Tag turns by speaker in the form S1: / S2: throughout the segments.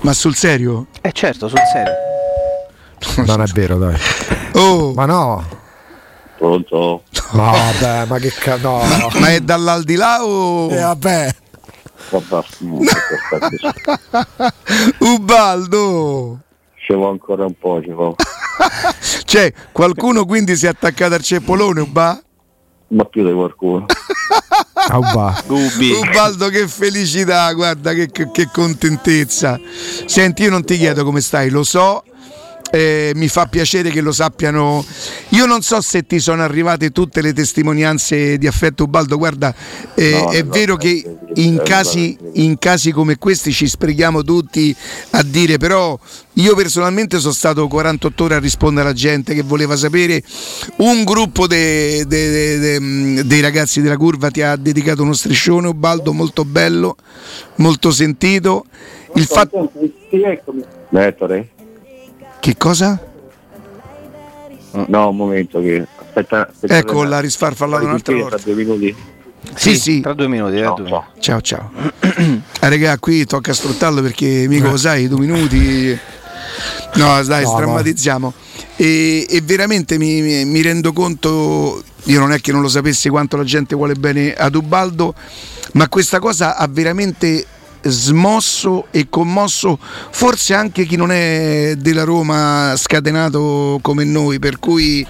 S1: Ma sul serio?
S2: Eh certo, sul serio.
S3: Non è vero, dai.
S1: Oh,
S3: Ma no.
S4: Pronto?
S3: No, vabbè, ma che cazzo. No.
S1: ma è dall'aldilà o.
S5: E vabbè,
S4: Vabbè, mm, aspetta, aspetta.
S1: Ubaldo!
S4: ci vuole ancora un po', ci vuole.
S1: Cioè, qualcuno quindi si è attaccato al ceppolone, Uba?
S4: Ma più di qualcuno.
S3: Ah, va.
S2: Gubbi.
S1: Ubaldo, che felicità, guarda, che, che- che contentezza. Senti, io non ti chiedo come stai, lo so. eh, mi fa piacere che lo sappiano. Io non so se ti sono arrivate tutte le testimonianze di affetto, Ubaldo. Guarda, eh,
S4: No,
S1: è
S4: no,
S1: vero
S4: no, eh,
S1: che
S4: no,
S1: in
S4: no,
S1: casi,
S4: no.
S1: in casi come questi ci sprechiamo tutti a dire, però io personalmente sono stato 48 ore a rispondere alla gente che voleva sapere. Un gruppo de- de- de- de- mh, dei ragazzi della curva ti ha dedicato uno striscione, Ubaldo, molto bello, molto sentito. Il fatto
S4: Ettore?
S1: che cosa?
S4: No, un momento che. Aspetta, aspetta.
S1: Ah. Ecco, la risfarfallata un'altra
S4: Tra
S1: volta.
S4: due minuti.
S1: Sì, sì.
S2: Tra due minuti, tra
S4: No,
S2: due minuti.
S4: no.
S1: Ciao, ciao. Ah, regà, qui tocca sfruttarlo perché mica lo sai, due minuti. No, dai,
S3: No,
S1: strammatizziamo. E, e veramente mi, mi- mi rendo conto, io non è che non lo sapessi quanto la gente vuole bene ad Ubaldo, ma questa cosa ha veramente smosso e commosso forse anche chi non è della Roma scatenato come noi, per cui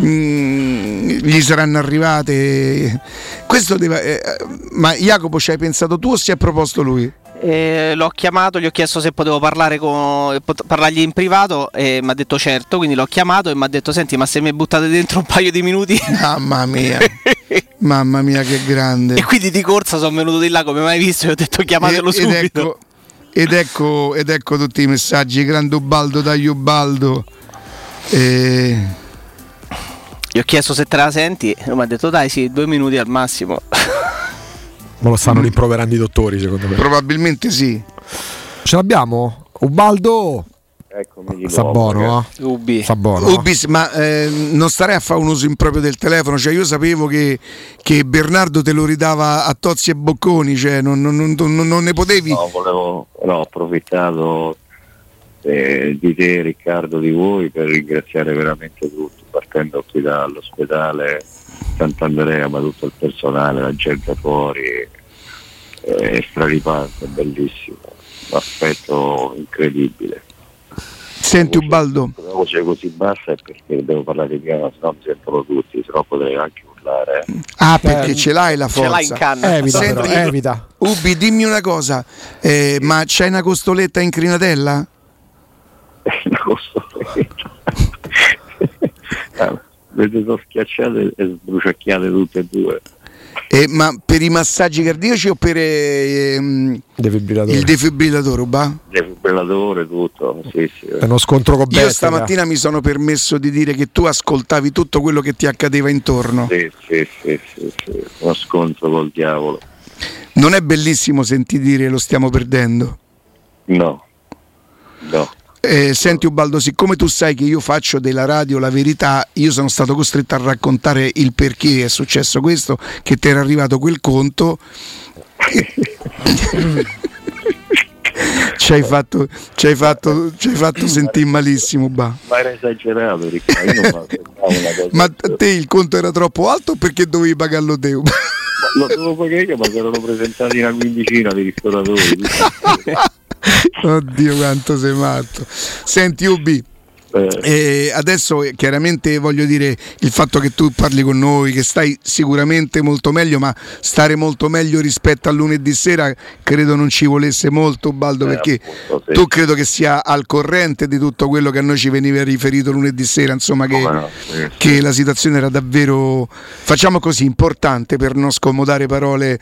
S1: mm, gli saranno arrivate. Questo deve- eh, ma Jacopo ci hai pensato tu o si è proposto lui?
S2: Eh, l'ho chiamato, gli ho chiesto se potevo parlare con, pot- parlargli in privato e mi ha detto certo, quindi l'ho chiamato e mi ha detto senti ma se mi buttate dentro un paio di minuti
S1: Mamma mia, mamma mia che grande.
S2: e quindi di corsa sono venuto di là come mai visto e ho detto chiamatelo
S1: E-
S2: subito.
S1: Ecco, ed, ecco, ed ecco tutti i messaggi, grande Ubaldo, dai Ubaldo. Eh,
S2: Gli ho chiesto se te la senti e lui mi ha detto dai sì, due minuti al massimo.
S3: Ma lo stanno rimproverando i dottori, secondo me.
S1: probabilmente sì.
S3: Ce l'abbiamo? Ubaldo!
S4: Eccomi di
S3: Sta
S4: nuovo,
S3: buono, eh?
S2: Ubi.
S3: Sta buono. eh?
S1: Ubis, ma eh, non starei a fare un uso improprio del telefono, cioè io sapevo che, che Bernardo te lo ridava a Tozzi e Bocconi, cioè non, non- non- non- non ne potevi.
S4: No, volevo, no, ho approfittato eh, di te Riccardo, di voi per ringraziare veramente tutti, partendo qui dall'ospedale Sant'Andrea, ma tutto il personale, la gente fuori, eh, è stralipante, è bellissimo, un affetto incredibile.
S1: Senti Ubaldo,
S4: La voce così bassa è perché devo parlare piano, se no mi sentono tutti, se no potrei anche urlare.
S1: ah perché ce l'hai la
S2: Eh, Ce
S1: forza.
S2: l'ha in canna.
S3: Evita,
S1: Senti,
S3: però,
S1: io-
S3: evita.
S1: Ubi, dimmi una cosa, eh, ma c'hai una costoletta in crinatella?
S4: la costoletta. Ah, Le sono schiacciate e sbruciacchiate tutte e due.
S1: Eh, ma per i massaggi cardiaci o per ehm,
S3: Defibrillatore.
S1: il defibrillatore, Uba?
S4: Defibrillatore, tutto. Sì, sì.
S1: Eh,
S3: È uno scontro con
S1: Io
S3: bestia.
S1: stamattina mi sono permesso di dire che tu ascoltavi tutto quello che ti accadeva intorno.
S4: Sì, sì, sì, sì, sì. Uno scontro col diavolo.
S1: Non è bellissimo sentire dire lo stiamo perdendo.
S4: No. No.
S1: Eh, senti Ubaldo, siccome tu sai che io faccio della radio la verità, io sono stato costretto a raccontare il perché è successo questo, che ti era arrivato quel conto. ci hai fatto, ci hai fatto, ci hai fatto sentire malissimo, Ba.
S4: Ma era esagerato, Riccardo. Io non mi aspettavo una cosa.
S1: Ma a te il conto era troppo alto o perché dovevi pagarlo te? Uba?
S4: Ma Lo devo pagare io, ma si erano presentati una quindicina di ristoratori. tutti.
S1: Eh. Oddio quanto sei matto. Senti Ubi,
S4: Eh,
S1: E adesso eh, chiaramente voglio dire il fatto che tu parli con noi, che stai sicuramente molto meglio, ma stare molto meglio rispetto a lunedì sera credo non ci volesse molto, Baldo,
S4: Eh,
S1: perché
S4: appunto, sì.
S1: tu credo che sia al corrente di tutto quello che a noi ci veniva riferito lunedì sera, insomma che,
S4: Come no, sì,
S1: che la situazione era davvero, facciamo così, importante per non scomodare parole,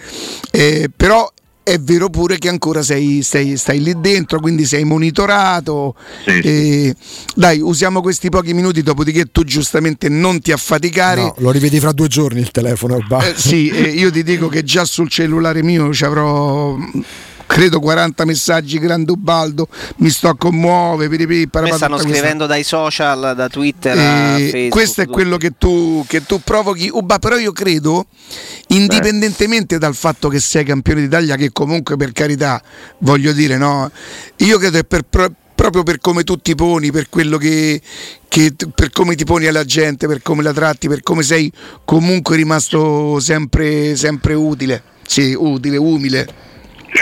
S1: eh, però... È vero pure che ancora sei, sei- stai lì dentro, quindi sei monitorato, eh,
S4: Sì, sì.
S1: e, dai, usiamo questi pochi minuti, dopodiché tu giustamente non ti affaticare.
S3: No, lo rivedi fra due giorni il telefono. Ubaldo.
S1: Eh, sì, eh, io ti dico che già sul cellulare mio ci avrò mh, credo 40 messaggi, Grandubaldo, mi sto a commuove, piripì,
S2: Mi
S1: parapà,
S2: stanno
S1: tutta questa-
S2: scrivendo dai social, da Twitter a
S1: eh,
S2: Facebook.
S1: questo è
S2: tutto.
S1: quello che tu, che tu provochi, Ubba, però io credo, indipendentemente dal fatto che sei campione d'Italia, che comunque per carità, voglio dire, no, io credo che per- pro- proprio per come tu ti poni, per quello che, che tu- per come ti poni alla gente, per come la tratti, per come sei comunque rimasto sempre, sempre utile, sì, utile, umile.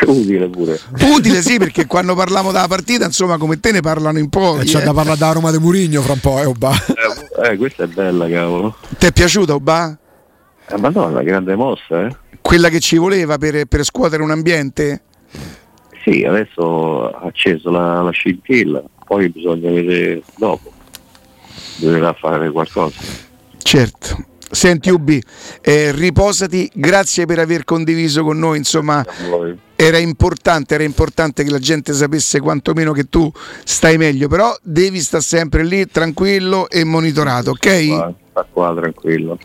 S4: utile pure.
S1: Utile sì, perché quando parliamo della partita, insomma, come te ne parlano in
S3: Eh,
S1: pochi.
S3: c'è
S1: eh.
S3: da parlare da Roma di Murigno fra un po', eh, Obba.
S4: Eh, questa è bella, cavolo.
S1: Ti è piaciuta, Ubba?
S4: Eh, madonna, grande mossa, eh?
S1: quella che ci voleva per, per scuotere un ambiente?
S4: Sì, adesso ha acceso la, la scintilla, poi bisogna vedere dopo. Dovrà fare qualcosa.
S1: Certo. Senti Ubi, eh, riposati, grazie per aver condiviso con noi, insomma
S4: Voi.
S1: era importante, era importante che la gente sapesse quantomeno che tu stai meglio, però devi stare sempre lì tranquillo e monitorato, ok?
S4: Qua, sta qua tranquillo.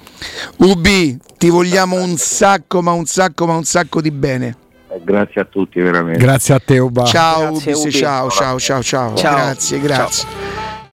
S1: Ubi, ti vogliamo un sacco, ma un sacco, ma un sacco di bene.
S4: Eh, grazie a tutti veramente.
S3: Grazie a te, Obba.
S1: Ciao
S2: Grazie,
S1: Ubi, sì,
S2: Ubi.
S1: ciao, ciao, ciao, ciao,
S2: Ciao.
S1: grazie, grazie.